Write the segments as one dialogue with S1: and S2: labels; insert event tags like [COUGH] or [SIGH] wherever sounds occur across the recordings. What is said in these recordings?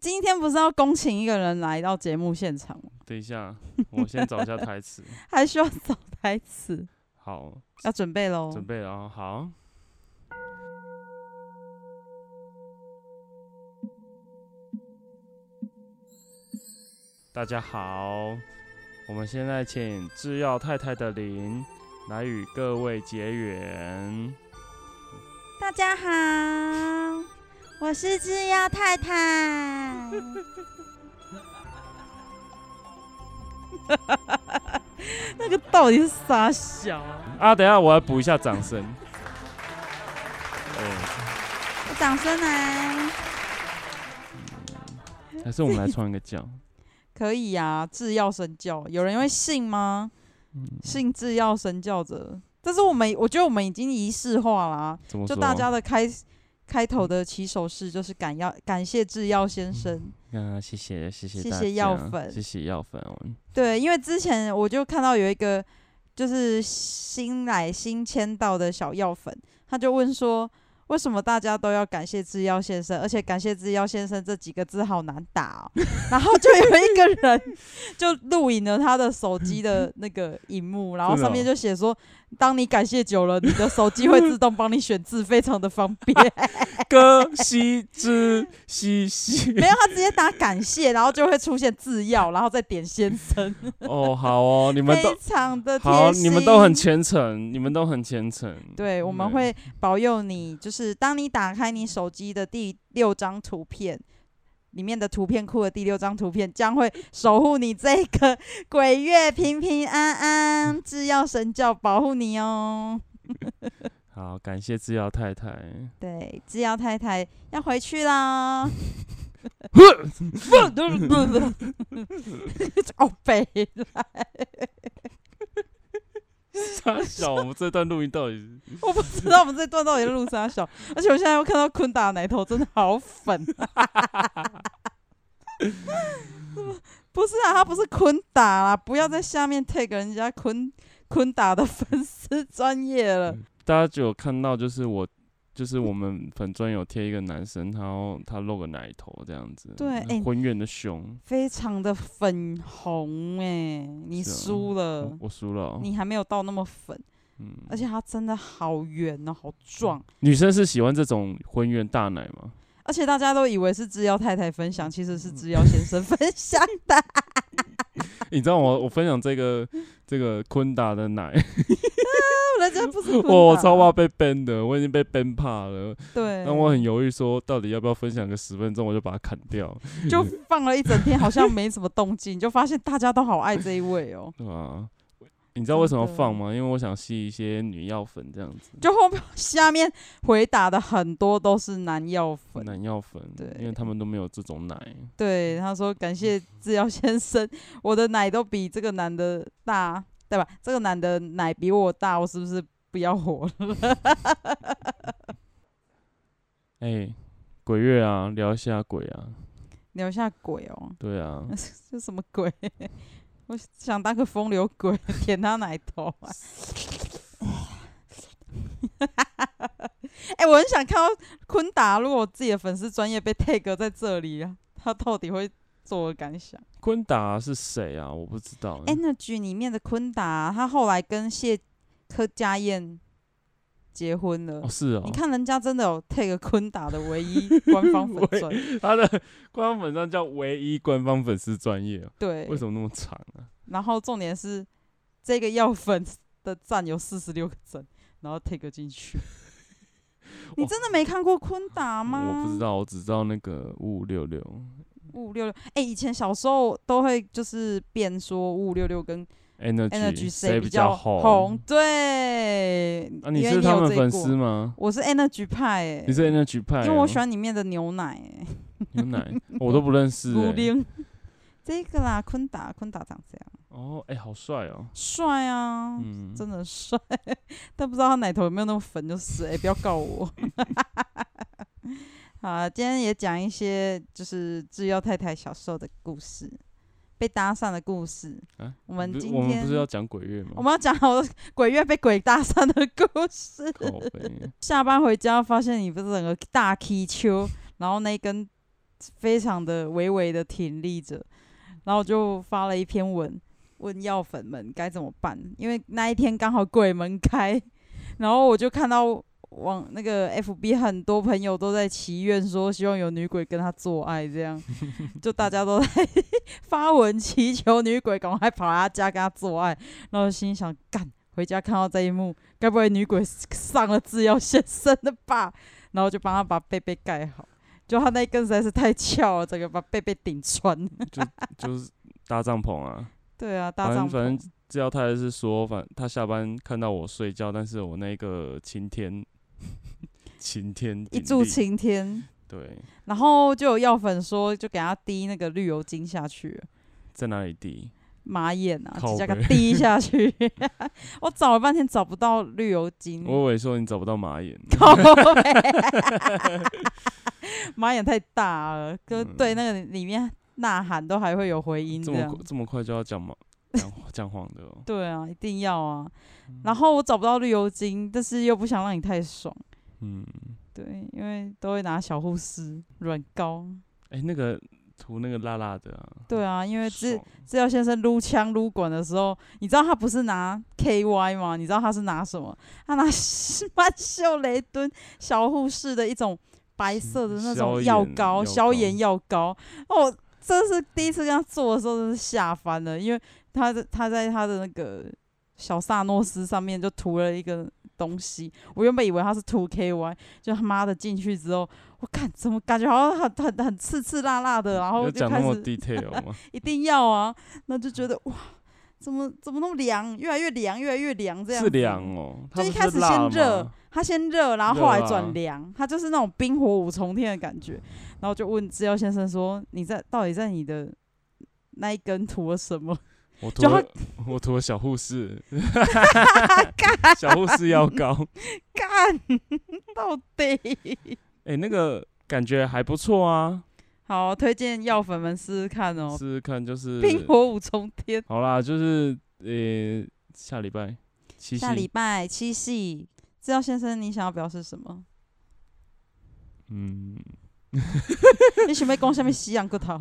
S1: 今天不是要恭请一个人来到节目现场吗？
S2: 等一下，我先找一下台词。
S1: 还需要找台词， [LAUGHS]
S2: 好，
S1: 要准备喽。
S2: 准备了哦，好。大家好，我们现在请制药太太的灵来与各位结缘。
S1: 大家好，我是制药太 [LAUGHS] 太。那个到底是啥小啊？
S2: 啊，等一下我要补一下掌声。哦，
S1: 掌声来！
S2: 还是我们来创一个教。
S1: 可以呀、啊，制药神教，有人会信吗？
S2: 嗯，
S1: 信制药神教者，但是我们我觉得我们已经仪式化了、啊，
S2: 怎么
S1: 就
S2: 说？
S1: 大家的开开头的起手式就是感要感谢制药先生。
S2: 啊，谢谢谢谢
S1: 谢
S2: 大
S1: 谢药
S2: 家
S1: 粉
S2: 谢谢药粉哦。
S1: 对，因为之前我就看到有一个就是新来新签到的小药粉，他就问说，为什么大家都要感谢制药先生，而且感谢制药先生这几个字好难打、哦。 [LAUGHS] 然后就有一个人就录影了他的手机的那个荧幕，然后
S2: 真的
S1: 上面
S2: 哦
S1: 就写说，当你感谢久了，你的手机会自动帮你选字，非常的方便。
S2: 歌西之西西。
S1: 没有，他直接打感谢，然后就会出现制药，然后再点先生，
S2: 哦，好哦， [LAUGHS] 你们
S1: 非
S2: 都
S1: 常的贴
S2: 好，你们都很
S1: 心
S2: 虔诚，你们都很虔诚。
S1: 对，我们
S2: 对
S1: 会保佑你，就是当你打开你手机的第六张图片。里面的图片库的第六张图片将会守护你这个鬼月平平安安，制药神教保护你哦。
S2: 好，感谢制药太太。
S1: 对，制药太太要回去
S2: [LAUGHS]
S1: 啦。 [LAUGHS] 哦，北啦，
S2: 傻小，我们这段录音到底是
S1: [LAUGHS] 我不知道我们这段到底是录啥
S2: [LAUGHS]
S1: 小，而且我现在又看到昆达的奶头真的好粉、 [LAUGHS] 啊，不是啊，他不是昆达啦，不要在下面 tag 人家昆昆达的粉丝专业了。
S2: 大家就有看到，就是我，就是我们粉专有贴一个男生，然后他露个奶头这样子，
S1: 对
S2: 那
S1: 哎
S2: 浑圆的胸。
S1: 非常的粉红哎、你
S2: 是啊
S1: 输了，
S2: 我我输了哦，
S1: 呃你还没有到那么粉，
S2: 嗯，
S1: 而且他真的好圆哦，好壮，
S2: 女生是喜欢这种浑圆大奶吗？ [LAUGHS]
S1: 而且大家都以为是制药太太分
S2: 嗯
S1: 享，其实是制药先生分享的。
S2: 你知道我我分享这个这个昆达的奶，
S1: 人家 [LAUGHS] 不是
S2: [LAUGHS]
S1: 昆达
S2: 我超怕被 ban 的，我已经被 ban 怕了。
S1: 啊对，
S2: 但我很犹豫，说到底要不要分享个十分钟，我就把它砍掉，
S1: 就放了一整天，好像没什么动静，就发现大家都好爱这一位哦。
S2: 对吧、啊你知道为什么
S1: 真的
S2: 放吗？因为我想吸一些女药粉这样子，
S1: 就后面下面回答的很多都是男药粉，
S2: 男药粉，
S1: 对
S2: 因为他们都没有这种奶，
S1: 对他说感谢制药先生，我的奶都比这个男的大，对吧？这个男的奶比我大，我是不是不要活了？
S2: 哎、鬼月啊，聊一下鬼啊，
S1: 留下鬼哦，
S2: 对啊，
S1: [LAUGHS] 这什么鬼？我想当个风流鬼， [LAUGHS] 舔他奶头啊！ [LAUGHS] 哎、我很想看到昆达，如果我自己的粉丝专业被 tag 在这里啊，他到底会作何感想
S2: [LAUGHS] 昆达是谁啊？我不知道、
S1: 哎？Energy 里面的昆达，他后来跟谢柯佳燕结婚了。
S2: 哦，是哦
S1: 你，看人家真的有 tag 昆达的唯
S2: [LAUGHS]
S1: 一官方粉
S2: 喂
S1: 专，
S2: 他的 [LAUGHS] 官方粉上叫唯一官方粉丝专业哦，
S1: 对，
S2: 为什么那么长啊？
S1: 然后重点是这个药粉的赞有四十六个赞，然后 take 进
S2: [LAUGHS]
S1: 去。你真的没看过昆达吗？
S2: 我不知。道，我只知道那个五五六六，
S1: 五五六六，哎，以前小时候都会就是辩说五五六六跟
S2: Energy,
S1: Energy
S2: 谁
S1: 比
S2: 较
S1: 红？
S2: 红？
S1: 对，
S2: 啊，你
S1: 因为
S2: 是他
S1: 有
S2: 们
S1: 这
S2: 粉
S1: 过
S2: 丝，吗？
S1: 我是 Energy 派、欸，
S2: 你是 Energy 派、哦
S1: 因为我喜欢里面的牛奶、欸，[LAUGHS]
S2: 牛奶，我都不认识、
S1: 古
S2: 欸。
S1: 灵。这个啦，昆达，昆达长这样，
S2: 哦，哎、好帅哦。
S1: 帅啊，
S2: 嗯，
S1: 真的很帅，但不知道他奶头有没有那么粉，就是哎、欸不要告我。 [LAUGHS] 好啊，今天也讲一些就是制药太太小时候的故事，被搭讪的故事。
S2: 啊
S1: 我们
S2: 不是
S1: 今
S2: 我们不
S1: 天
S2: 是要讲鬼月吗？
S1: 我们要讲好 [LAUGHS] 鬼月被鬼搭讪的故事。
S2: 靠背
S1: [LAUGHS] 下班回家发现你不是整个大踢球，然后那一根非常的微微的挺立着，然后就发了一篇文，问药粉们该怎么办，因为那一天刚好鬼门开， [LAUGHS] 然后我就看到网那个 FB 很多朋友都在祈愿说，希望有女鬼跟他做爱，这样 [LAUGHS] 就大家都在发文祈求女鬼赶快跑来他家跟他做爱，然后心想干。回家看到这一幕，该不会女鬼上了制药先生的吧？然后就帮他把被被盖好，就他那一根实在是太翘了，整个把被被顶
S2: [LAUGHS]
S1: 穿。
S2: 就是搭帐篷啊。
S1: 对啊， [LAUGHS] 搭
S2: 反
S1: 帐
S2: 正反
S1: 篷
S2: 正制药太太是说，反她下班看到我睡觉，但是我那个晴天晴天
S1: 一
S2: 顶
S1: 柱
S2: 立，
S1: 擎天，
S2: 对，
S1: 然后就有药粉说，就给他滴那个绿油精下去，
S2: 在哪里滴？
S1: 马眼啊，
S2: 靠
S1: 直接给
S2: 北
S1: 他滴下去。 [LAUGHS] 我找了半天找不到绿油精，
S2: 我以为说你找不到马眼，
S1: 嗯靠
S2: [LAUGHS]
S1: 北马眼太大了，就对那个里面呐喊都还会有回音
S2: 嗯
S1: 这
S2: 这么
S1: 样
S2: 快。这么快就要讲马讲 [LAUGHS] 讲谎的哦。
S1: 对啊，一定要啊。然后我找不到绿油精，但是又不想让你太爽，
S2: 嗯，
S1: 对，因为都会拿小护士软膏。
S2: 哎、那个涂那个辣辣的啊，
S1: 对啊，因为治
S2: 爽
S1: 治疗先生撸枪撸管的时候，你知道他不是拿 KY 吗？你知道他是拿什么？他拿 [LAUGHS] 曼秀雷敦小护士的一种白色的那
S2: 消
S1: 种
S2: 炎
S1: 药膏，
S2: 药
S1: 消炎药膏。哦，这是第一次跟他做的时候，真是吓翻了，因为他在他在他的那个小萨诺斯上面就涂了一个东西，我原本以为他是涂 KY，就他妈的进去之后，我看怎么感觉好像很很很刺刺辣辣的，然后
S2: 要
S1: 就
S2: 讲
S1: 开
S2: 那么
S1: 始
S2: detail
S1: [LAUGHS]
S2: 吗？
S1: 一定要啊，那就觉得哇，怎么怎么那么凉，越来越凉，越来越凉这样。
S2: 是凉。哦，它
S1: 就一
S2: 不
S1: 开
S2: 是
S1: 始
S2: 辣
S1: 先
S2: 吗
S1: 热，它先热，然后
S2: 热
S1: 后来
S2: 啊
S1: 转凉，它就是那种冰火五重天的感觉。然后就问制药先生说：“你在到底在你的那一根涂了什么 [LAUGHS]
S2: 我涂
S1: 就
S2: 了我涂了小护
S1: [LAUGHS]
S2: 士，小护士药膏，
S1: 干？到底？
S2: 哎、那个感觉还不错啊，
S1: 好，推荐药粉们试试看哦，
S2: 试试看就是
S1: 冰火五重天。
S2: 好啦，就是呃、下礼拜七夕
S1: 下，礼拜七夕，制药先生，你想要表示什么？ [LAUGHS]
S2: 嗯，
S1: 你想要讲什么西洋骨
S2: [LAUGHS]
S1: 头？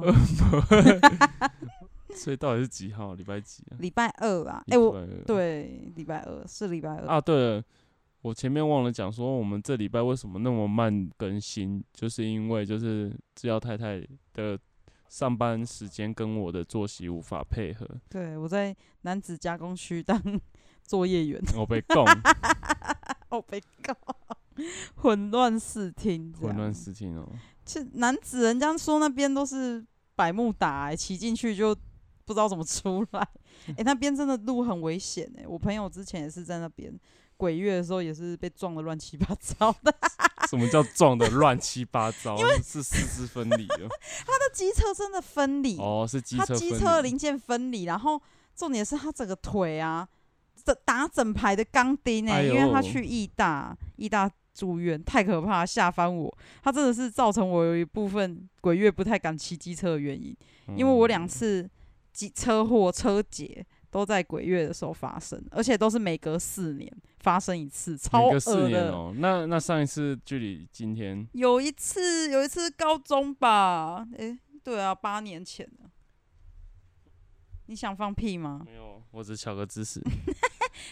S2: 所以到底是几号？礼拜几啊？
S1: 礼拜二啊，哎、
S2: 礼
S1: 我
S2: 拜二
S1: 对，礼拜二是礼拜二，
S2: 啊，对了，我前面忘了讲说，我们这礼拜为什么那么慢更新，就是因为就是制药太太的上班时间跟我的作息无法配合，
S1: 对我在男子加工区当 [LAUGHS] 作业员，[LAUGHS]
S2: 我被供
S1: 哦被告，混乱视听，
S2: 混乱。事
S1: [LAUGHS]
S2: 情哦、
S1: 其实男子人家说那边都是百慕达、欸，骑进去就不知道怎么出来，
S2: 嗯
S1: 哎、那边真的路很危险哎、我朋友之前也是在那边鬼月的时候也是被撞的乱七八糟 [LAUGHS] 的，
S2: 什么叫撞的乱七八糟？是四肢分离的
S1: 那机车真的分离 [LAUGHS]
S2: 哦，是机
S1: 他
S2: 车
S1: 机
S2: 分
S1: 车
S2: 离
S1: 零件分离，然后重点是他整个腿啊，这打整排的钢钉呢、
S2: 哎
S1: 因为他
S2: 呦
S1: 去义大义大住院，太可怕，吓翻我。他真的是造成我有一部分鬼月不太敢骑机车的原因，因为我两
S2: 嗯
S1: 次机车祸车劫。都在鬼月的时候发生，而且都是每隔四年发生一次，超
S2: 每
S1: 恶
S2: 个四年
S1: 的。
S2: 哦、那那上一次距离今天
S1: 有一次，有一次高中吧，诶、对啊，八年前了。你想放屁吗？
S2: 没有，我只巧个姿势，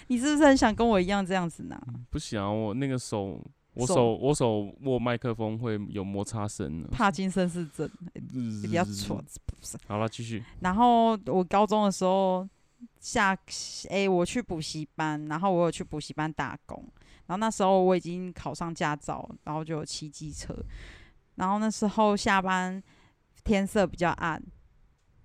S1: 你是不是很想跟我一样这样子拿？
S2: 不行啊，我那个手。我
S1: 手
S2: 手我手握麦克风会有摩擦声呢，
S1: 帕金森氏症比较蠢。
S2: 好了，继续。
S1: 然后我高中的时候下，诶、我去补习班，然后我有去补习班打工，然后那时候我已经考上驾照，然后就有骑机车，然后那时候下班天色比较暗，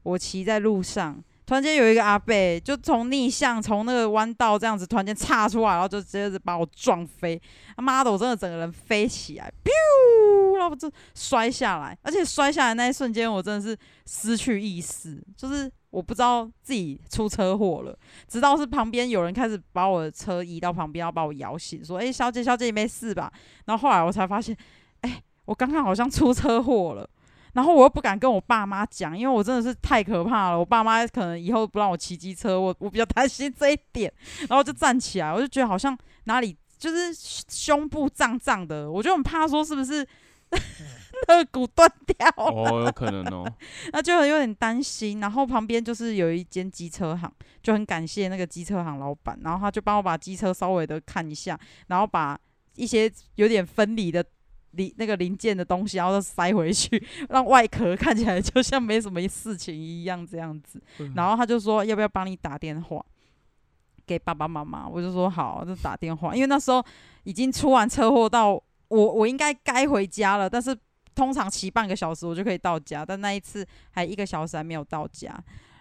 S1: 我骑在路上。突然间有一个阿伯就从逆向从那个弯道这样子突然间岔出来，然后就直接把我撞飞，他妈的，我真的整个人飞起来，biu，然后就摔下来，而且摔下来那一瞬间，我真的是失去意识，就是我不知道自己出车祸了，直到是旁边有人开始把我的车移到旁边，要把我摇醒，说：“哎、小姐，小姐，你没事吧？”然后后来我才发现，哎、我刚刚好像出车祸了。然后我又不敢跟我爸妈讲，因为我真的是太可怕了。我爸妈可能以后不让我骑机车，我我比较担心这一点。然后就站起来，我就觉得好像 [LAUGHS] 哪里就是胸部胀胀的，我就很怕说是不是颚骨断掉了，
S2: 哦，有可能
S1: [LAUGHS]
S2: 哦。
S1: 那就有点担心。然后旁边就是有一间机车行，就很感谢那个机车行老板，然后他就帮我把机车稍微的看一下，然后把一些有点分离的。零那个零件的东西，然后都塞回去， [LAUGHS] 让外壳看起来就像没什么事情一样，这样子。
S2: 嗯
S1: 然后他就说要不要帮你打电话给爸爸妈妈？我就说好，就打电话。因为那时候已经出完车祸到我，我应该该回家了，但是通常骑半个小时我就可以到家，但那一次还一个小时还没有到家。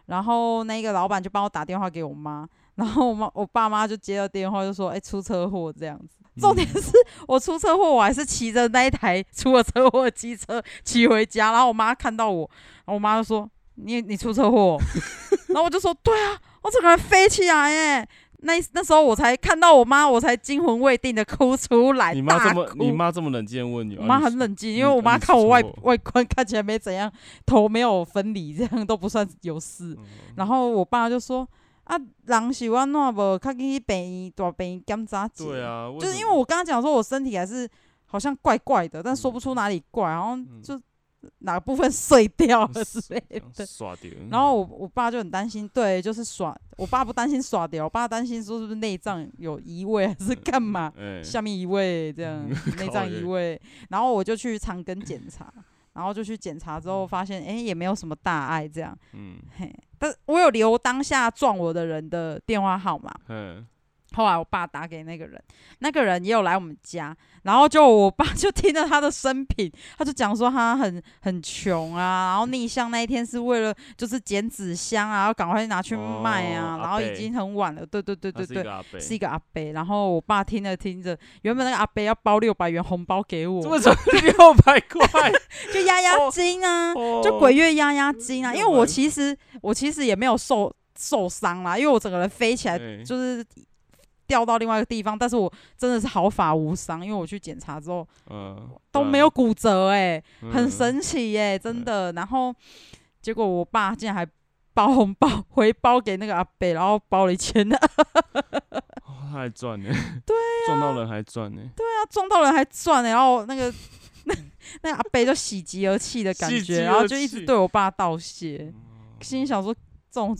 S1: 然后那个老板就帮我打电话给我妈，然后我妈我爸妈就接到电话就说：“哎、出车祸这样子。”重点
S2: 嗯
S1: 是我出车祸，我还是骑着那一台出了车祸的机车骑回家，然后我妈看到我，然后我妈就说：“你你出车祸
S2: [LAUGHS]
S1: 哦、然后我就说：“对啊，我整个人飞起来哎！”那那时候我才看到我妈，我才惊魂未定的哭出来，
S2: 你妈这
S1: 哎大
S2: 么，你
S1: 哭
S2: 妈这么冷静地问你，
S1: 我
S2: 啊
S1: 妈
S2: 你
S1: 很冷静，因为我妈看我外外观看起来没怎样，头没有分离，这样都不算有事。
S2: 嗯
S1: 然后我爸就说：“啊，人是安怎无，较去病院大病院检查一下
S2: 对啊，
S1: 就是
S2: 什
S1: 因为
S2: 么
S1: 我刚刚讲说我身体还是好像怪怪的，但
S2: 嗯
S1: 说不出哪里怪，然后就哪部分 [LAUGHS] 碎掉了之类
S2: 这样嗯
S1: 的。
S2: 耍丢，
S1: 然后我我爸就很担心，对，就是耍，我爸不担心耍掉，我爸担心说是不是内脏有移位还是干嘛。
S2: 哎，，
S1: 下面移位这样内
S2: 嗯靠
S1: 脏
S2: 耶
S1: 移位，然后我就去长庚检查，然后就去检查之后发现，哎、也没有什么大碍这样，
S2: 嗯，
S1: 嘿，但是我有留当下撞我的人的电话号码，
S2: 嗯，
S1: 后来我爸打给那个人，那个人也有来我们家，然后就我爸 [LAUGHS] 就听了他的生平，他就讲说他很很穷啊，然后逆向那一天是为了就是捡纸箱啊，要赶快拿去卖啊，
S2: 哦
S1: 然
S2: 阿
S1: 后
S2: 伯
S1: 已经很晚了，对对对
S2: 他
S1: 对
S2: 是一
S1: 对，
S2: 个阿伯，
S1: 是一个阿伯，然后我爸听着听着，原本那个阿伯要包六百元红包给
S2: 这
S1: 我，
S2: 么少六百块，
S1: 就压压
S2: 哦
S1: 惊啊，
S2: 就
S1: [LAUGHS] 就鬼月压压惊啊，因为
S2: 600
S1: 我其实我其实也没有受受伤啦，因为我整个人飞起来
S2: 对
S1: 就是掉到另外一个地方，但是我真的是毫发无伤，因为我去检查之后
S2: 嗯
S1: 都没有骨折、欸，
S2: 对啊
S1: 很神奇耶、真的。然后结果我爸竟然还包红包 [LAUGHS] 回包给那个阿伯，然后包了一千 [LAUGHS] 啊呢，
S2: 哦他还赚呢，对
S1: 啊
S2: 撞到人还赚呢，
S1: 他撞到人还赚欸呢、然后那个 [LAUGHS] 那那个阿伯就喜极而泣的感
S2: 喜极
S1: 觉，然后
S2: 而
S1: 就一直
S2: 泣
S1: 对我爸道谢，心里想说这种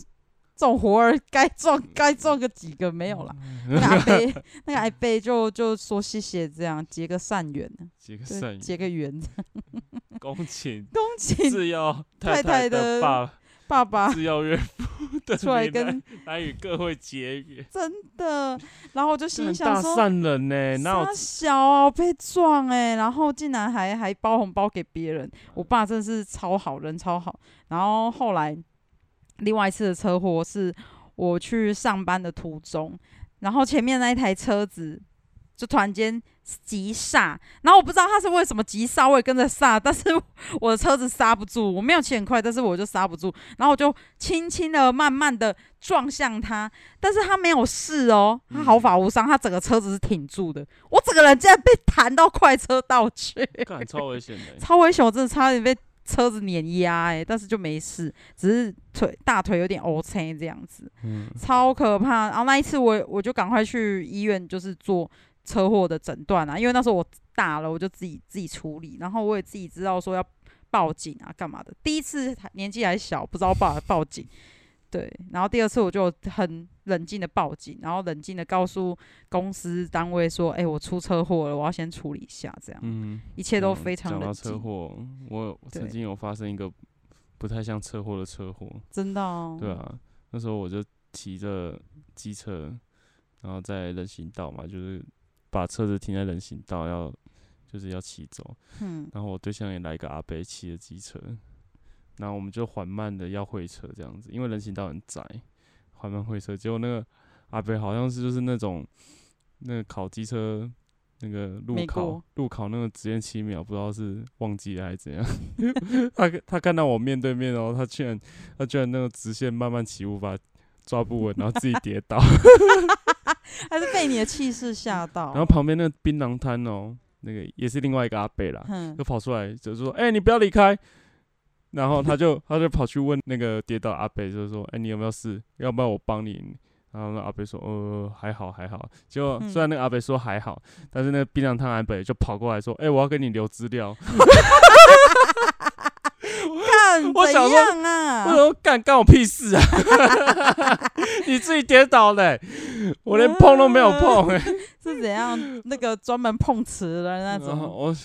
S1: 这种活儿该
S2: 嗯
S1: 撞该撞个几个没有啦。那个阿
S2: [LAUGHS]
S1: 伯，那个阿伯就就说谢谢，这样结个善缘，
S2: 结个
S1: 对
S2: 善
S1: 结
S2: 缘，
S1: 个缘。
S2: 恭请
S1: 恭 [LAUGHS] 请
S2: 制药
S1: 太
S2: 太
S1: 太的
S2: 爸
S1: 爸爸
S2: 制药岳父的
S1: 出来
S2: 名
S1: 跟
S2: 来与各位结缘，
S1: 真的，然后我就
S2: 这
S1: 心里
S2: 很
S1: 想
S2: 大
S1: 说，
S2: 善人呢，哪有
S1: 傻小啊，我被撞哎、然后竟然还还包红包给别人，我爸真的是超好人，超好。然后后来另外一次的车祸是我去上班的途中，然后前面那一台车子就突然间急刹，然后我不知道他是为什么急刹，我也跟着刹，但是 [LAUGHS] 我的车子刹不住，我没有骑很快，但是我就刹不住，然后我就轻轻的、慢慢的撞向他，但是他没有事哦，他毫发无伤，他整个车子是挺住的，我整个人竟然被弹到快车道去， [LAUGHS]
S2: 干超危险的，
S1: 超危险，我真的差点被车子碾压哎、但是就没事，只是腿大腿有点 O 青这样子，
S2: 嗯
S1: 超可怕。然后那一次我我就赶快去医院，就是做车祸的诊断啊，因为那时候我大了，我就自己自己处理，然后我也自己知道说要报警啊，干嘛的。第一次还年纪还小，不知道报报警。对，然后第二次我就很冷静的报警，然后冷静的告诉公司单位说，哎、我出车祸了，我要先处理一下，这样
S2: 嗯。
S1: 一切都
S2: 嗯
S1: 非常
S2: 讲
S1: 冷
S2: 到
S1: 静
S2: 车。祸，我我曾
S1: 对
S2: 经有发生一个不太像车祸的车祸，
S1: 真的、哦，
S2: 对，啊，那时候我就骑着机车，然后在人行道嘛，就是把车子停在人行道，要就是要骑走，
S1: 嗯，
S2: 然后我对象也来一个阿伯骑着机车，然后我们就缓慢的要会车这样子，因为人行道很窄，缓慢会车，结果那个阿伯好像是就是那种那个考机车。那个路
S1: 没
S2: 考
S1: 过，
S2: 路考那个职验七秒，不知道是忘记了还是怎样。 [LAUGHS] 他他看到我面对面哦，他居然他居然那个直线慢慢起雾，把抓不稳，然后自己跌倒。
S1: 还是被你的气势吓到。
S2: 然后旁边那个槟榔摊哦，那个也是另外一个阿伯啦，
S1: 哼
S2: 就跑出来就说：“哎、你不要离开。”然后他就他就跑去问那个跌倒的阿伯，就说：“哎、你有没有事？要不然我帮你。”然后那阿北说：“呃，还好，还好。”结果虽然那个阿北说还好，但是那个槟榔汤阿北就跑过来说：“哎、我要跟你留资料。
S1: 看
S2: 我想
S1: 怎
S2: 说
S1: 样
S2: 我
S1: 啊？
S2: 说：“干干我屁事啊！ [LAUGHS] 你自己跌倒嘞、我连碰都没有碰、欸。
S1: 是怎样那个专门碰瓷的那
S2: 然后
S1: 种，
S2: 我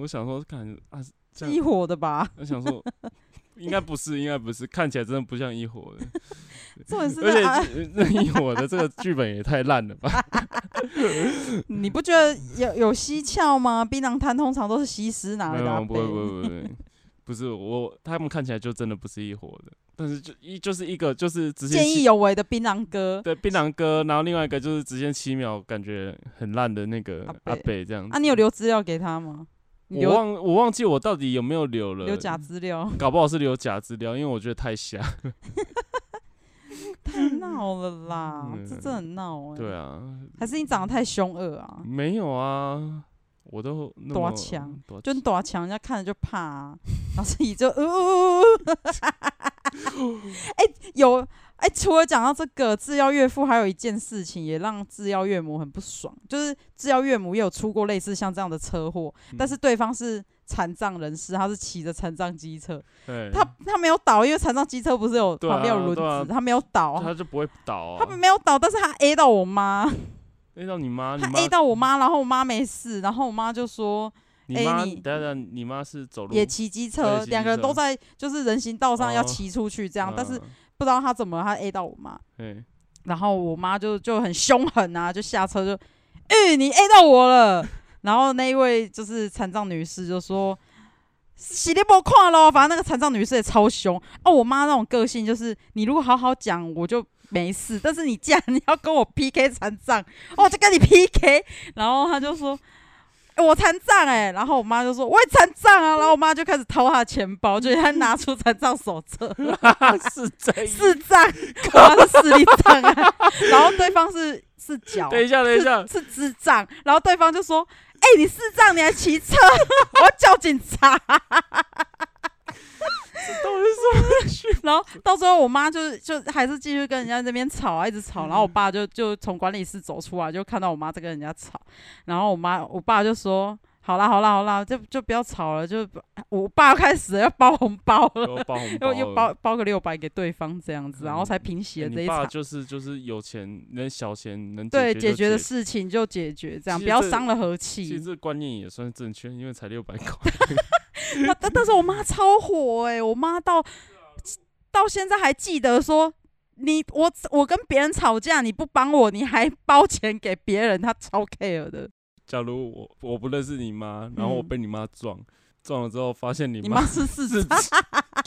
S2: 我想说，感啊，这
S1: 是
S2: 样
S1: 一伙的吧？
S2: 我想说，应该不是，应该不是，看起来真的不像一伙的，
S1: 重点是
S2: [LAUGHS] 而
S1: 那、啊、
S2: 且那一伙的这个剧本也太烂了吧？
S1: 你不觉得有有蹊跷吗？槟榔摊通常都是西施拿
S2: 没
S1: 来的阿
S2: 有，
S1: 伯，
S2: 不会，不会，不会，不是我，他们看起来就真的不是一伙的，但是就一就是一个就是直线
S1: 见义
S2: 七
S1: 勇为的槟榔哥。
S2: 对槟榔哥，然后另外一个就是直线七秒，感觉很烂的那个
S1: 阿
S2: 阿
S1: 伯
S2: 北这样子。
S1: 啊，你有留资料给他吗？你
S2: 我
S1: 留
S2: 忘我忘记我到底有没有留了
S1: 留假资
S2: [LAUGHS]
S1: 料，
S2: 搞不好是留假资料，因为我觉得太瞎。
S1: 太闹了啦，
S2: 嗯
S1: 这真的很闹哎、
S2: 对啊，
S1: 还是你长得太凶恶啊？
S2: 没有啊，我都那
S1: 多
S2: 么
S1: 强，
S2: 多
S1: 就你
S2: 强
S1: 躲强，人家看了就怕、啊，然后自己就呜呜呜。哎、有哎、除了讲到这个制药岳父，还有一件事情也让制药岳母很不爽，就是制药岳母也有出过类似像这样的车祸，但是对方是残障人士，他是骑着残障机车，
S2: 对
S1: 他他没有倒，因为残障机车不是有
S2: 对啊
S1: 旁边有轮子，
S2: 对啊
S1: 他没有倒
S2: 他
S1: 啊，
S2: 就不会倒啊
S1: 他。没有倒，但是他 A 到我妈，
S2: A 到你妈，你
S1: 他
S2: 妈
S1: A 到我妈，然后我妈没事，然后我妈就说。
S2: 你
S1: A
S2: 妈，
S1: 你
S2: 等等，你妈是走路
S1: 也骑机
S2: 对
S1: 车
S2: 骑，机
S1: 两个人
S2: 车
S1: 都在就是人行道上要
S2: 哦嗯
S1: 骑出去这
S2: 这
S1: 样，但是不知道他怎么了他 A 到我妈，
S2: 哎，
S1: 然后我妈就就很凶狠啊，就下车就，哎、你 A 到我了，然后那一位就是残障女士就说。洗力不跨咯，反正那个残障女士也超凶哦。我妈那种个性就是，你如果好好讲，我就没事；但是你既然你要跟我 PK 残障，哦，我就跟你 PK。然后她就说：“欸我残障哎、然后我妈就说：“我也残障啊。”然后我妈就开始掏她的钱包，就是她拿出残障手册， [LAUGHS]
S2: 是这样。
S1: 视障，我妈是视力障碍，啊然后对方是是脚，
S2: 等一下，等一下，
S1: 是智障，然后对方就说：“哎、你视障，你还骑车，我要叫警察。” [LAUGHS] 然后到最后，我妈就是就还是继续跟人家那边吵啊，一直吵。然后我爸就就从管理室走出来，就看到我妈在跟人家吵。然后我妈我爸就说：“好啦好啦好啦，就就不要吵了。就”我爸要开始要包红包了，
S2: 又包红包
S1: 又
S2: 了，
S1: 又包包个六百给对方这样子，然后才平息
S2: 哎
S1: 了这
S2: 你
S1: 一
S2: 爸
S1: 场。
S2: 就是就是有钱，能小钱能
S1: 对，
S2: 解
S1: 解
S2: 就
S1: 决的。事情就解决，这样
S2: 其
S1: 不
S2: 实
S1: 要
S2: 这
S1: 伤了和
S2: 其实
S1: 气。
S2: 这观念也算是正确，因为才六百块。 [LAUGHS]
S1: 那但但是我妈超火哎、我妈到
S2: 啊
S1: 到现在还记得说。你我我跟别人吵架，你不帮我，你还包钱给别人，她超 care 的。
S2: 假如我我不认识你妈，然后我
S1: 嗯
S2: 被你妈撞，撞了之后发现你
S1: 你
S2: 妈
S1: 妈是四
S2: 是
S1: 十，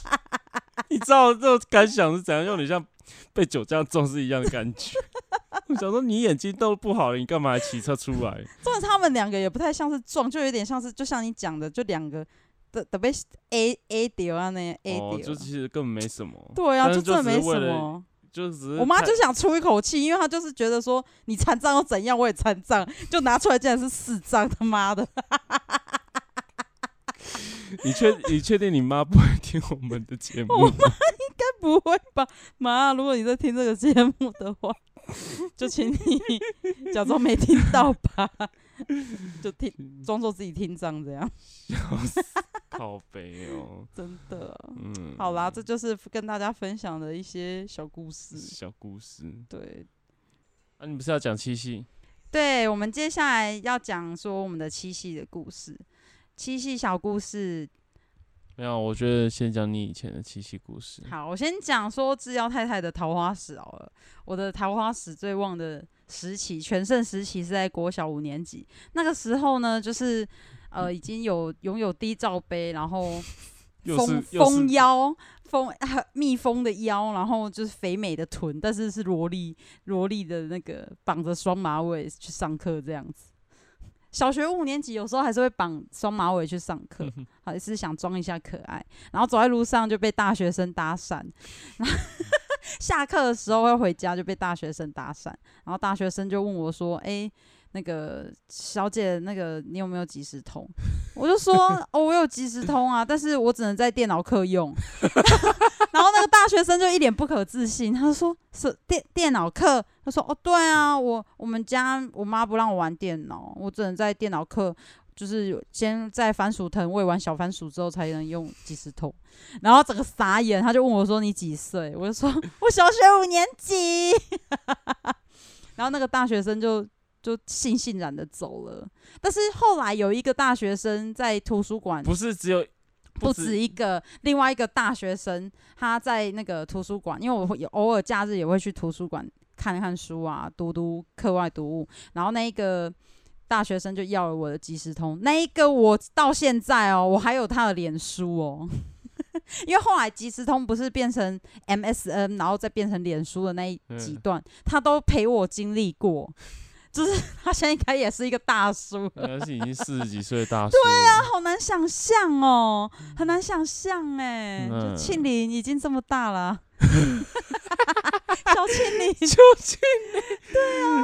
S1: [LAUGHS]
S2: 你知道这种感想是怎样？有点像被酒驾撞是一样的感觉。 [LAUGHS] 我想说，你眼睛都不好了，你干嘛还骑车出
S1: [LAUGHS]
S2: 来？
S1: 重点是他们两个也不太像是撞，就有点像是就像你讲的，就两个的的被 A A 掉啊那 A
S2: 哦，
S1: 掉
S2: 就。其实根本没什么。
S1: 对啊，
S2: 但是
S1: 真的
S2: 只是
S1: 没什
S2: 为了
S1: 么。
S2: 就只是
S1: 我妈
S2: 看
S1: 就想出一口气，因为她就是觉得说你残障又怎样，我也残障，就拿出来竟然是四张，他妈的！ [LAUGHS]
S2: [LAUGHS] 你确你确定你妈不会听我们的节目？
S1: 我该不会吧，妈？如果你在听这个节目的话，就请
S2: [LAUGHS]
S1: 你假装没听到吧，就听
S2: 嗯
S1: 装作自己听障这样，
S2: [LAUGHS] 靠背哦，
S1: 真的。
S2: 嗯，
S1: [LAUGHS] 好啦，这就是跟大家分享的一些小故事。
S2: 小故事。
S1: 对，
S2: 啊，你不是要讲七夕？
S1: 对，我们接下来要讲说我们的七夕的故事，七夕小故事
S2: 没有，我觉得先讲你以前的七夕故事。
S1: 好，我先讲说制药太太的桃花史好了。我的桃花史最旺的时期，全盛时期是在国小五年级。那个时候呢，就是呃，已经有拥有低罩杯，然后
S2: 又
S1: 蜂
S2: 是又
S1: 蜂
S2: 是
S1: 腰、蜂啊蜜蜂的腰，然后就是肥美的臀，但是是萝莉萝莉的那个绑着双马尾去上课这样子。小学五年级有时候还是会绑双马尾去上
S2: 嗯
S1: 课，还是想装一下可爱。然后走在路上就被大学生搭讪， [LAUGHS] 然后下课的时候会回家就被大学生搭讪，然后大学生就问我说：“哎、那个小姐，那个你有没有即时通？”我就说：“哦，我有即时通啊，但是我只能在电脑课用。”然后那个大学生就一脸不可置信，他说是电电脑课，他说哦对啊，我我们家我妈不让我玩电脑，我只能在电脑课。就是先在番薯藤喂完小番薯之后才能用即时通，然后整个傻眼，他就问我说你几岁？我就说我小学五年级， [LAUGHS] 然后那个大学生就就悻悻然的走了。但是后来有一个大学生在图书馆
S2: 不是只有
S1: 不
S2: 止
S1: 止一个，另外一个大学生，他在那个图书馆，因为我会有偶尔假日也会去图书馆看看书啊，读读课外读物。然后那一个大学生就要了我的即时通，那一个我到现在哦，我还有他的脸书哦， [LAUGHS] 因为后来即时通不是变成 MSN，然后再变成脸书的那一
S2: 嗯
S1: 几段，他都陪我经历过， [LAUGHS] 就是他现在应该也是一个大叔了。
S2: 而且已经四十几岁的大叔，对啊，
S1: 好难想象哦，很难想象哎、
S2: 嗯
S1: 就庆龄已经这么大 [LAUGHS] 了，小庆龄啊
S2: 就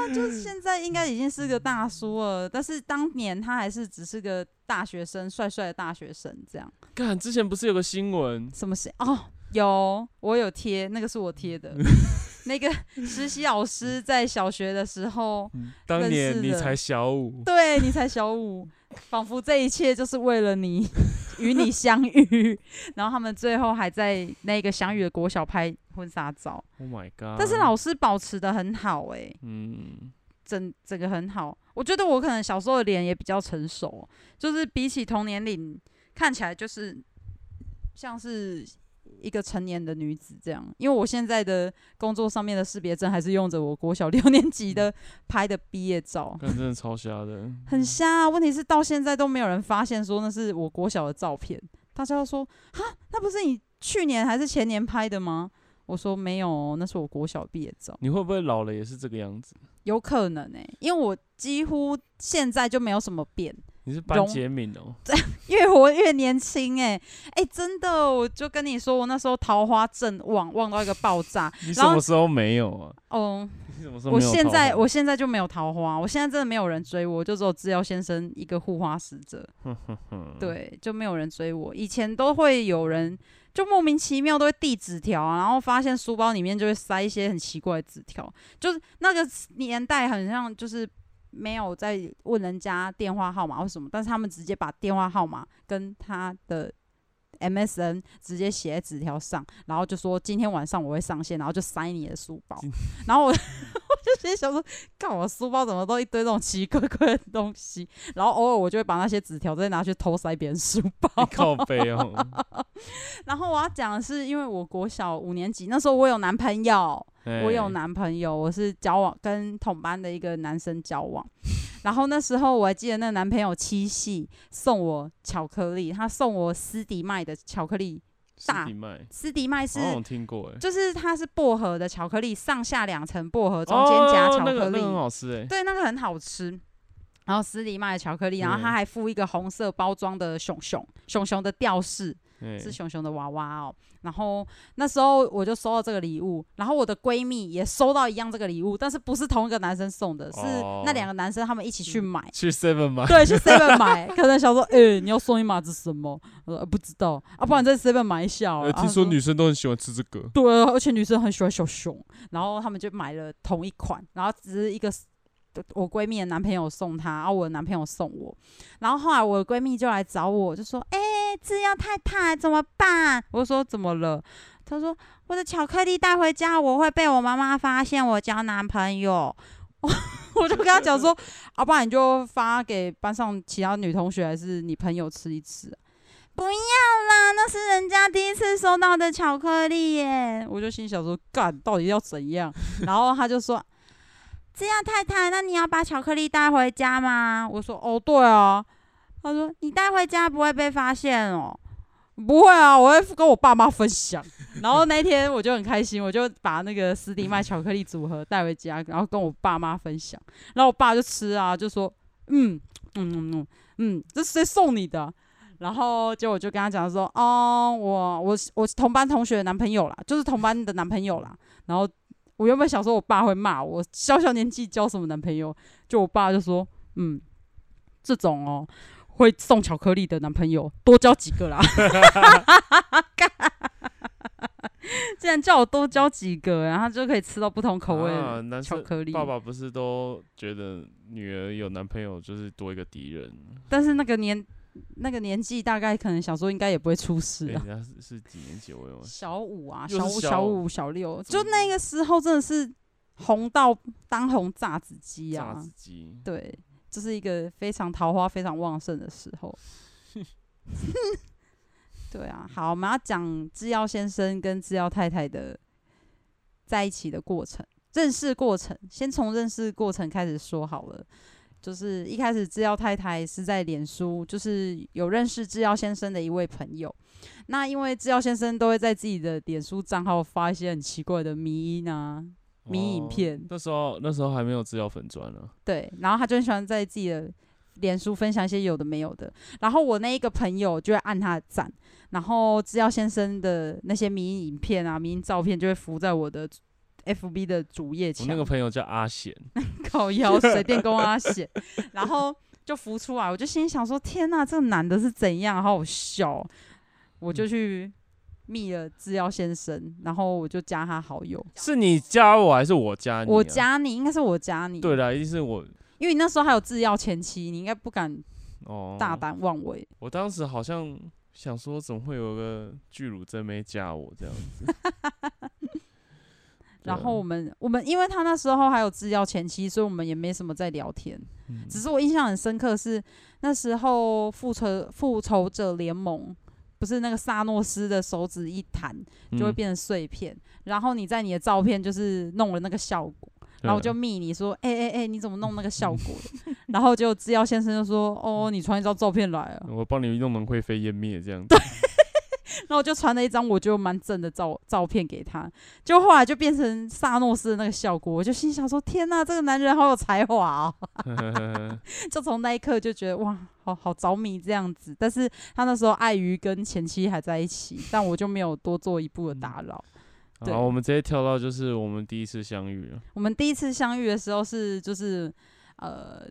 S2: 这
S1: 就是现在应该已经是个大叔了，但是当年他还是只是个大学生，帅帅的大学生这样。
S2: 干，之前不是有个新闻，
S1: 什么事？哦，有我有贴，那个是我贴 [LAUGHS] 的，那个实习老师在小学的时候。
S2: 嗯当
S1: 认识
S2: 年你
S1: 的
S2: 才小五，
S1: 对你才小五，仿佛这一切就是为了你，与你相遇。然后他们最后还在那个相遇的国小拍婚纱照，
S2: Oh my god！
S1: 但是老师保持的很好、欸，诶，
S2: 嗯，
S1: 整整个很好。我觉得我可能小时候的脸也比较成熟，就是比起同年龄看起来就是像是。一个成年的女子这样，因为我现在的工作上面的识别证还是用着我国小六年级的拍的毕业照，
S2: 干真的超瞎的，
S1: 很瞎、啊。问题是到现在都没有人发现说那是我国小的照片，大家都说哈，那不是你去年还是前年拍的吗？我说没有哦，那是我国小毕业照，
S2: 你会不会老了也是这个样子？
S1: 有可能诶、因为我几乎现在就没有什么变，
S2: 你是班
S1: 容
S2: 杰敏哦，
S1: 越活越年轻诶、诶、真的，我就跟你说，我那时候桃花正旺，旺到一个爆炸
S2: 你什
S1: 然后
S2: 么时候没有啊？
S1: 哦。
S2: 你什么时候
S1: 我
S2: 没有桃花？
S1: 现在我现在就没有桃花，我现在真的没有人追我，我就只有制药先生一个护花使
S2: [LAUGHS]
S1: 者。
S2: 嗯，
S1: 对，就没有人追我。以前都会有人，就莫名其妙都会递纸条啊，然后发现书包里面就会塞一些很奇怪的纸条，就是那个年代很像就是。没有在问人家电话号码或什么，但是他们直接把电话号码跟他的 MSN 直接写在纸条上，然后就说今天晚上我会上线，然后就塞你的书包
S2: 今。
S1: [LAUGHS] 然后我我就直接想说，干我书包怎么都一堆这种奇奇怪怪的东西，然后偶尔我就会把那些纸条再拿去偷塞别人书
S2: 你
S1: 包。 [LAUGHS]
S2: 靠背哦，
S1: 然后我要讲的是，因为我国小五年级那时候我有男朋友，我有
S2: 拿，
S1: 男朋友，我是交往跟同班的一个男生交往。然后那时候我还记得那个男朋友七夕送我巧克力，他送我斯迪麦的巧克力，大
S2: 实体麦，
S1: 斯迪麦是
S2: 好像有听过哎，
S1: 就是它是薄荷的巧克力，上下两层薄荷，中间夹
S2: 哦
S1: 巧
S2: 那个
S1: 克力，
S2: 那个很好吃哎，
S1: 对，那个很好吃。然后斯里卖的巧克力，然后
S2: 对
S1: 它还附一个红色包装的熊熊熊熊的吊饰，
S2: 哎
S1: 是熊熊的娃娃哦。然后那时候我就收到这个礼物，然后我的闺蜜也收到一样这个礼物，但是不是同一个男生送的，是
S2: 哦
S1: 那两个男生他们一起去买。
S2: [LAUGHS] 去 Seven 买，
S1: 对，去 Seven 买，可能想说，哎、你要送一码子什么？我说、呃不知道啊，不然在 Seven 买一下哦、
S2: 呃
S1: 啊
S2: 听说女生都很喜欢吃这个，
S1: 对，而且女生很喜欢小熊，然后他们就买了同一款，然后只是一个 s- 我闺蜜的男朋友送她，然后我的男朋友送我，然后后来我的闺蜜就来找我，就说：“哎、制药太太怎么办？”我就说：“怎么了？”她说：“我的巧克力带回家，我会被我妈妈发现我交男朋友。”我 [LAUGHS] 我就跟她讲说：“要、不然你就发给班上其他女同学，还是你朋友吃一吃啊、不要啦，那是人家第一次收到的巧克力耶。我就心想说，干，到底要怎样？然后他就说，这样太太，那你要把巧克力带回家吗？我说，哦，对啊。他说，你带回家不会被发现哦。不会啊，我会跟我爸妈分享。然后那一天我就很开心，我就把那个斯迪麦巧克力组合带回家，然后跟我爸妈分享。然后我爸就吃啊，就说，嗯嗯嗯嗯嗯，这谁送你的啊、然后结果我就跟他讲说，哦，我我我是同班同学的男朋友啦，就是同班的男朋友啦。然后我原本想说我爸会骂我，小小年纪交什么男朋友？就我爸就说，嗯，这种哦会送巧克力的男朋友多交几个啦。竟然叫我多交几个，然后就可以吃到不同口味
S2: 啊
S1: 的
S2: 男
S1: 巧
S2: 生
S1: 克力。
S2: 爸爸不是都觉得女儿有男朋友就是多一个敌人？
S1: 但是那个年那个年纪，大概可能想说应该也不会出事
S2: 诶
S1: 啊。
S2: 哎人家是是几年级？我有
S1: 小五啊，
S2: 哎
S1: 小
S2: 又是
S1: 五、
S2: 小
S1: 小
S2: 五
S1: 五、小六，
S2: 怎
S1: 就
S2: 么
S1: 那个时候真的是红到当红炸子鸡
S2: 炸
S1: 啊
S2: 子！鸡，
S1: 对，这是一个非常桃花非常旺盛的时候。对啊，好，我们要讲制药先生跟制药太太的在一起的过程，认识过程，先从认识过程开始说好了。就是一开始制药太太是在脸书，就是有认识制药先生的一位朋友。那因为制药先生都会在自己的脸书账号发一些很奇怪的迷音啊，迷影
S2: 哦
S1: 片
S2: 那时候那时候还没有资料粉砖啊呢、
S1: 对，然后他就很喜欢在自己的脸书分享一些有的没有的。然后我那一个朋友就会按他的赞，然后制药先生的那些迷影影片啊、迷影照片就会浮在我的 FB 的主页
S2: 我
S1: 墙，
S2: 那个朋友叫阿贤， [LAUGHS]
S1: 靠腰随便跟他写，然后就浮出来。我就心里想说：天呐，这个男的是怎样？好好笑哦。我
S2: 嗯
S1: 就去密了制药先生，然后我就加他好友。
S2: 是你加我还是我加你、啊
S1: 我。加你，应该是我加你。
S2: 对，啦，一定是我
S1: 因为你那时候还有制药前期，你应该不敢
S2: 哦。
S1: 大胆妄为。
S2: 我当时好像想说，怎么会有个巨乳真没加我这样子？ [LAUGHS] 对啊
S1: [LAUGHS] 然后我们我们因为他那时候还有制药前期，所以我们也没什么在聊天。
S2: 嗯
S1: 只是我印象很深刻是那时候复仇复仇者联盟不是那个萨诺斯的手指一弹就会
S2: 嗯
S1: 变成碎片，然后你在你的照片就是弄了那个效果，然后
S2: 啊
S1: 我就密你说，哎哎哎，你怎么弄那个效果的？
S2: [LAUGHS]
S1: 然后结果制药先生就说，哦，你传一张照片来啊
S2: 对。我帮你弄成灰飞烟灭这样子。
S1: 然后我就传了一张我觉得蛮正的照照片给他，就后来就变成萨诺斯的那个效果，我就心想说：天呐，这个男人好有才华哦！ [LAUGHS] 就从那一刻就觉得哇，好好着迷这样子。但是他那时候碍于跟前妻还在一起，但我就没有多做一步的打扰。对
S2: 好，我们直接跳到就是我们第一次相遇了。
S1: 我们第一次相遇的时候是就是呃，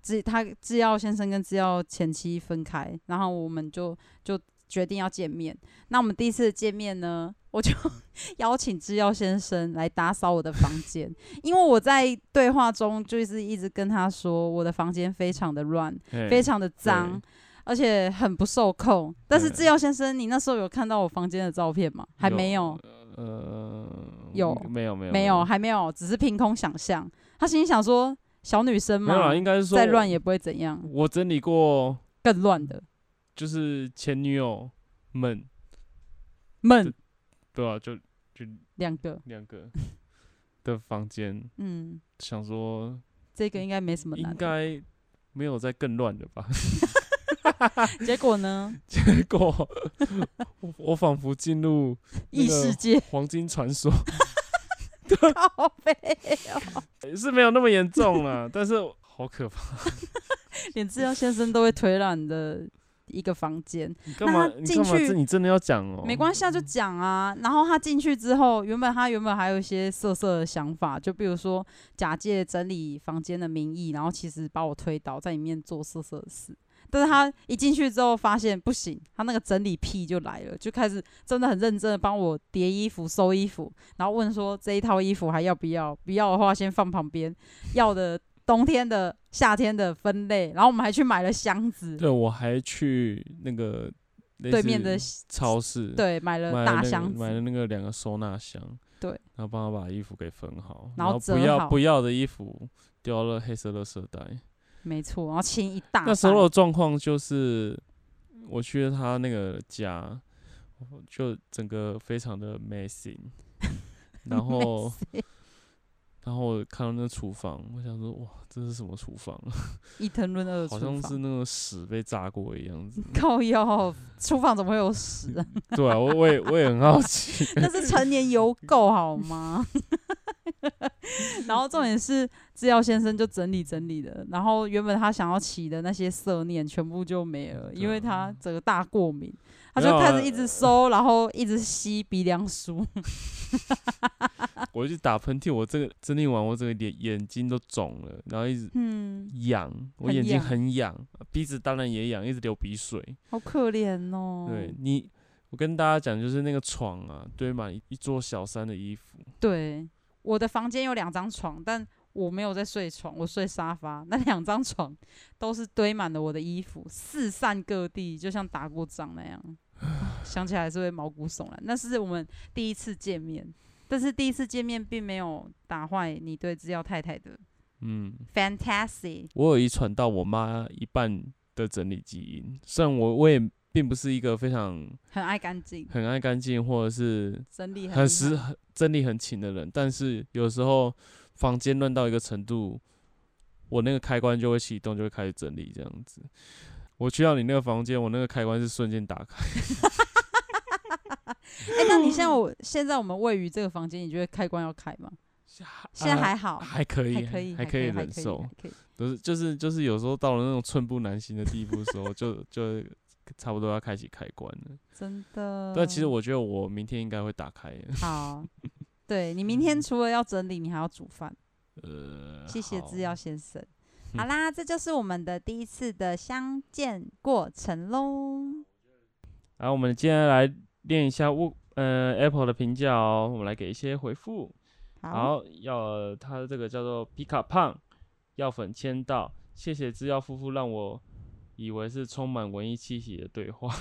S1: 制他制药先生跟制药前妻分开，然后我们就就决定要见面。那我们第一次见面呢，我就 [LAUGHS] 邀请制药先生来打扫我的房间，因为我在对话中就是一直跟他说我的房间非常的乱，非
S2: 非
S1: 常的脏。而且很不受控，但是
S2: 对
S1: 制药先生，你那时候有看到我房间的照片吗？还没有，
S2: 呃
S1: 有
S2: 没有没有
S1: 没有，还没有，只是凭空想象。他心里想说，小女生
S2: 没有
S1: 嘛
S2: 啦，，应该是说
S1: 再乱也不会怎样，
S2: 我整理过
S1: 更乱的
S2: 就是前女友们，
S1: 闷
S2: 对吧、就就
S1: 两个。
S2: 两个
S1: [LAUGHS]
S2: 的房间，
S1: 嗯，
S2: 想说
S1: 这个应该没什么
S2: 应
S1: 难的。
S2: 该没有再更乱了吧？ [LAUGHS]
S1: [LAUGHS] 结果呢，
S2: 结果
S1: [LAUGHS]
S2: 我我仿佛进入
S1: 异世界 [LAUGHS]
S2: 黄金传说，
S1: 靠背哦，
S2: 是没有那么严
S1: [LAUGHS]
S2: 重啦，但是好可怕！
S1: 连制药先生都会推让你的一个房间，
S2: 你干嘛
S1: 那？他
S2: 你
S1: 进
S2: 干嘛？
S1: 去
S2: 这你真的要讲哦？
S1: 没关系啊，就讲啊。然后他进去之后，原本他原本还有一些色色的想法，就比如说假借整理房间的名义，然后其实把我推倒，在里面做色色的事。但是他一进去之后发现不行，他那个整理癖就来了，就开始真的很认真的帮我叠衣服、收衣服，然后问说这一套衣服还要不要？不要的话先放旁边，要的冬天的、夏天的分类，然后我们还去买了箱子，
S2: 对，我还去那个类
S1: 对面
S2: 似
S1: 的
S2: 超市，，
S1: 对买了 [LAUGHS]
S2: [LAUGHS] 买了
S1: 大
S2: 那个
S1: 箱
S2: 买
S1: 子，
S2: 了那个两个收纳箱，
S1: 对，
S2: 然后帮他把衣服给分好，
S1: 然
S2: 然
S1: 后
S2: 不
S1: 折
S2: 要
S1: 好
S2: 不要的衣服丢了黑色垃圾袋。
S1: 没错，然后清一大
S2: 那时候
S1: 袋
S2: 的状况就是，我去了他那个家，就整个非常
S1: [LAUGHS]
S2: 的 messy，然后，然后我看到那厨房，我想说，哇，这是什么厨房？
S1: 伊藤润二的
S2: 好
S1: 厨
S2: 像是
S1: 房，
S2: 那个屎被炸过一样子。
S1: [LAUGHS] 靠腰，厨房怎么会有
S2: [LAUGHS]
S1: 屎啊？
S2: 对啊，我我也我也很好奇。
S1: 那是成年油垢好吗？ [LAUGHS] 然后重点是制药先生就整理整理的，然后原本他想要起的那些色念全部就没了，因为他整个大过敏，他
S2: 啊没
S1: 就
S2: 有
S1: 开
S2: 啊
S1: 始一直收，然后一直吸鼻梁酥，
S2: 我去打喷嚏，我这个整理完，我整个眼眼睛都肿了，然后一直
S1: [LAUGHS] 嗯，
S2: 痒，我
S1: 很
S2: 眼睛
S1: 痒
S2: 很痒，鼻子当然也痒，一直流鼻水。
S1: 好可怜哦。
S2: 对，你，我跟大家讲，就是那个床啊，堆满一一桌小三的衣服，
S1: 对，我的房间有两张床，但我没有在睡床，我睡沙发。那两张床都是堆满了我的衣服，四散各地，就像打过仗那
S2: [SIGHS]
S1: 样。想起来还是会毛骨悚然。那是我们第一次见面，但是第一次见面并没有打坏你对制药太太的
S2: 嗯，
S1: fantasy。
S2: 我有遗传到我妈一半的整理基因，虽然我我也并不是一个非常
S1: 很爱干净，
S2: 很爱干净或者是
S1: 整理
S2: 很
S1: 厉
S2: 实
S1: 害
S2: [LAUGHS] 很整理很勤的人，但是有时候房间乱到一个程度，我那个开关就会启动，就会开始整理这样子。我去到你那个房间，我那个开关是瞬间打开，
S1: 哎、那你像我现在我们位于这个房间，你觉得开关要开吗？ [LAUGHS] 现在还好，
S2: 呃啊还可以，
S1: 还可以，
S2: 还
S1: 可
S2: 以
S1: 还
S2: 忍
S1: 可以
S2: 受
S1: 还，可以。
S2: 不是就是就是有时候到了那种寸步难行的地步的时候，就就差不多要开启开关了。
S1: 真的。
S2: 但其实我觉得我明天应该会打开 [LAUGHS] 的。
S1: 好，对你明
S2: 嗯
S1: 天除了要整理，你还要煮饭。
S2: 呃，
S1: 谢谢
S2: 好
S1: 制药先生。
S2: 嗯
S1: 好啦，这就是我们的第一次的相见过程喽。
S2: 然后我们接下来练一下我呃 Apple 的评价哦，我们来给一些回复。
S1: 好，
S2: 好，要他这个叫做皮卡胖药粉签到，谢谢制药夫妇让我以为是充满文艺气息的对话，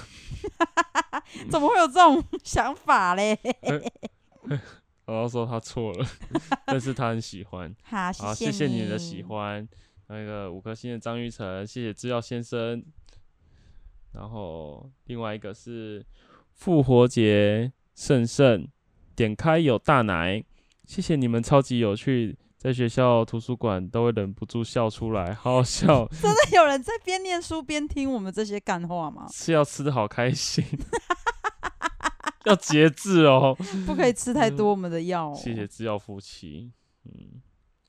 S2: [LAUGHS]
S1: 怎么会有这种 [LAUGHS] 想法嘞？
S2: 然后说他错了， [LAUGHS] 但是他很喜欢。
S1: 好，
S2: 好，
S1: 谢
S2: 谢谢
S1: 你
S2: 你的喜。欢，那个五颗星的张玉成，谢谢制药先生。然后另外一个是复活节圣圣，点开有大奶，谢谢你们超级有趣，在学校图书馆都会忍不住笑出来，好好笑，
S1: [LAUGHS] 真的有人在边念书边听我们这些干话吗？
S2: 吃要吃的好开心， [LAUGHS] 要节制哦。
S1: 不可以吃太多我们的药、哦。
S2: 谢谢制药夫妻，嗯，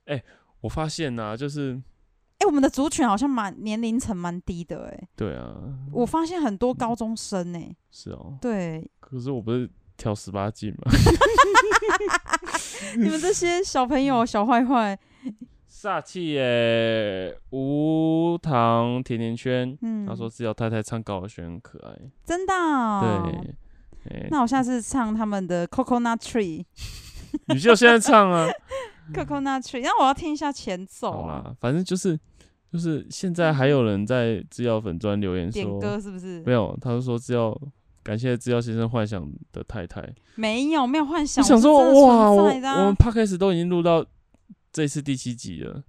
S2: 哎、我发现呐、就是
S1: 哎、我们的族群好像蛮年龄层蛮低的哎、
S2: 对啊，
S1: 我发现很多高中生哎、
S2: 是哦，
S1: 对，
S2: 可是我不是挑十八禁
S1: [LAUGHS]
S2: 吗？嗯
S1: 你们这些小朋友小坏坏，
S2: 煞气耶！无糖甜甜圈，
S1: 嗯，
S2: 他说只有太太唱高轩很可爱。
S1: 真的啊、
S2: 对，哎
S1: 那我下次唱他们的 Coconut Tree。
S2: 你就现在唱
S1: [LAUGHS]
S2: 啊！
S1: Coconut Tree，那我要听一下前奏
S2: 好
S1: 啊，
S2: 啦，反正就是就是现在还有人在制药粉专留言
S1: 点
S2: 说，
S1: 歌是不是？
S2: 没有，他是说制药感谢制药先生幻想的太太。
S1: 没有，没有幻
S2: 我
S1: 想，
S2: 想说
S1: 我是真的
S2: 哇，我我
S1: 存在的啊
S2: 们 podcast 都已经录到这次第七集了，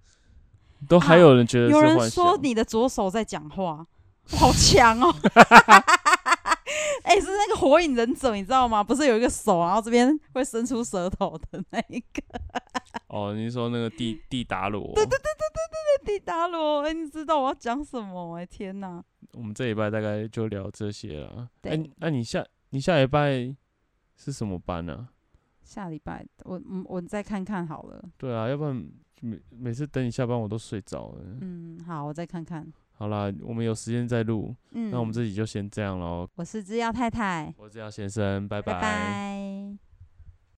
S2: 都还有人觉得是
S1: 有
S2: 幻想。
S1: 人说你的左手在讲话，好强
S2: [LAUGHS]
S1: 哦！哎、是那个火影忍者，你知道吗？不是有一个手，然后这边会伸出舌头的那一个
S2: 哦，你是说那个地地达罗？对对对，
S1: 迪达罗？哎、你知道我要讲什么？哎，天哪！
S2: 我们这礼拜大概就聊这些了。哎、
S1: 对
S2: 你那、你下你下礼拜是什么班呢、啊？
S1: 下礼拜我嗯我再看看好了。
S2: 对啊，要不然每每次等你下班我都睡着了。
S1: 嗯，好，我再看看。
S2: 好啦，我们有时间再录，
S1: 嗯，
S2: 那我们这集就先这样喽。
S1: 我是制药太太，
S2: 我是要先生，
S1: 拜拜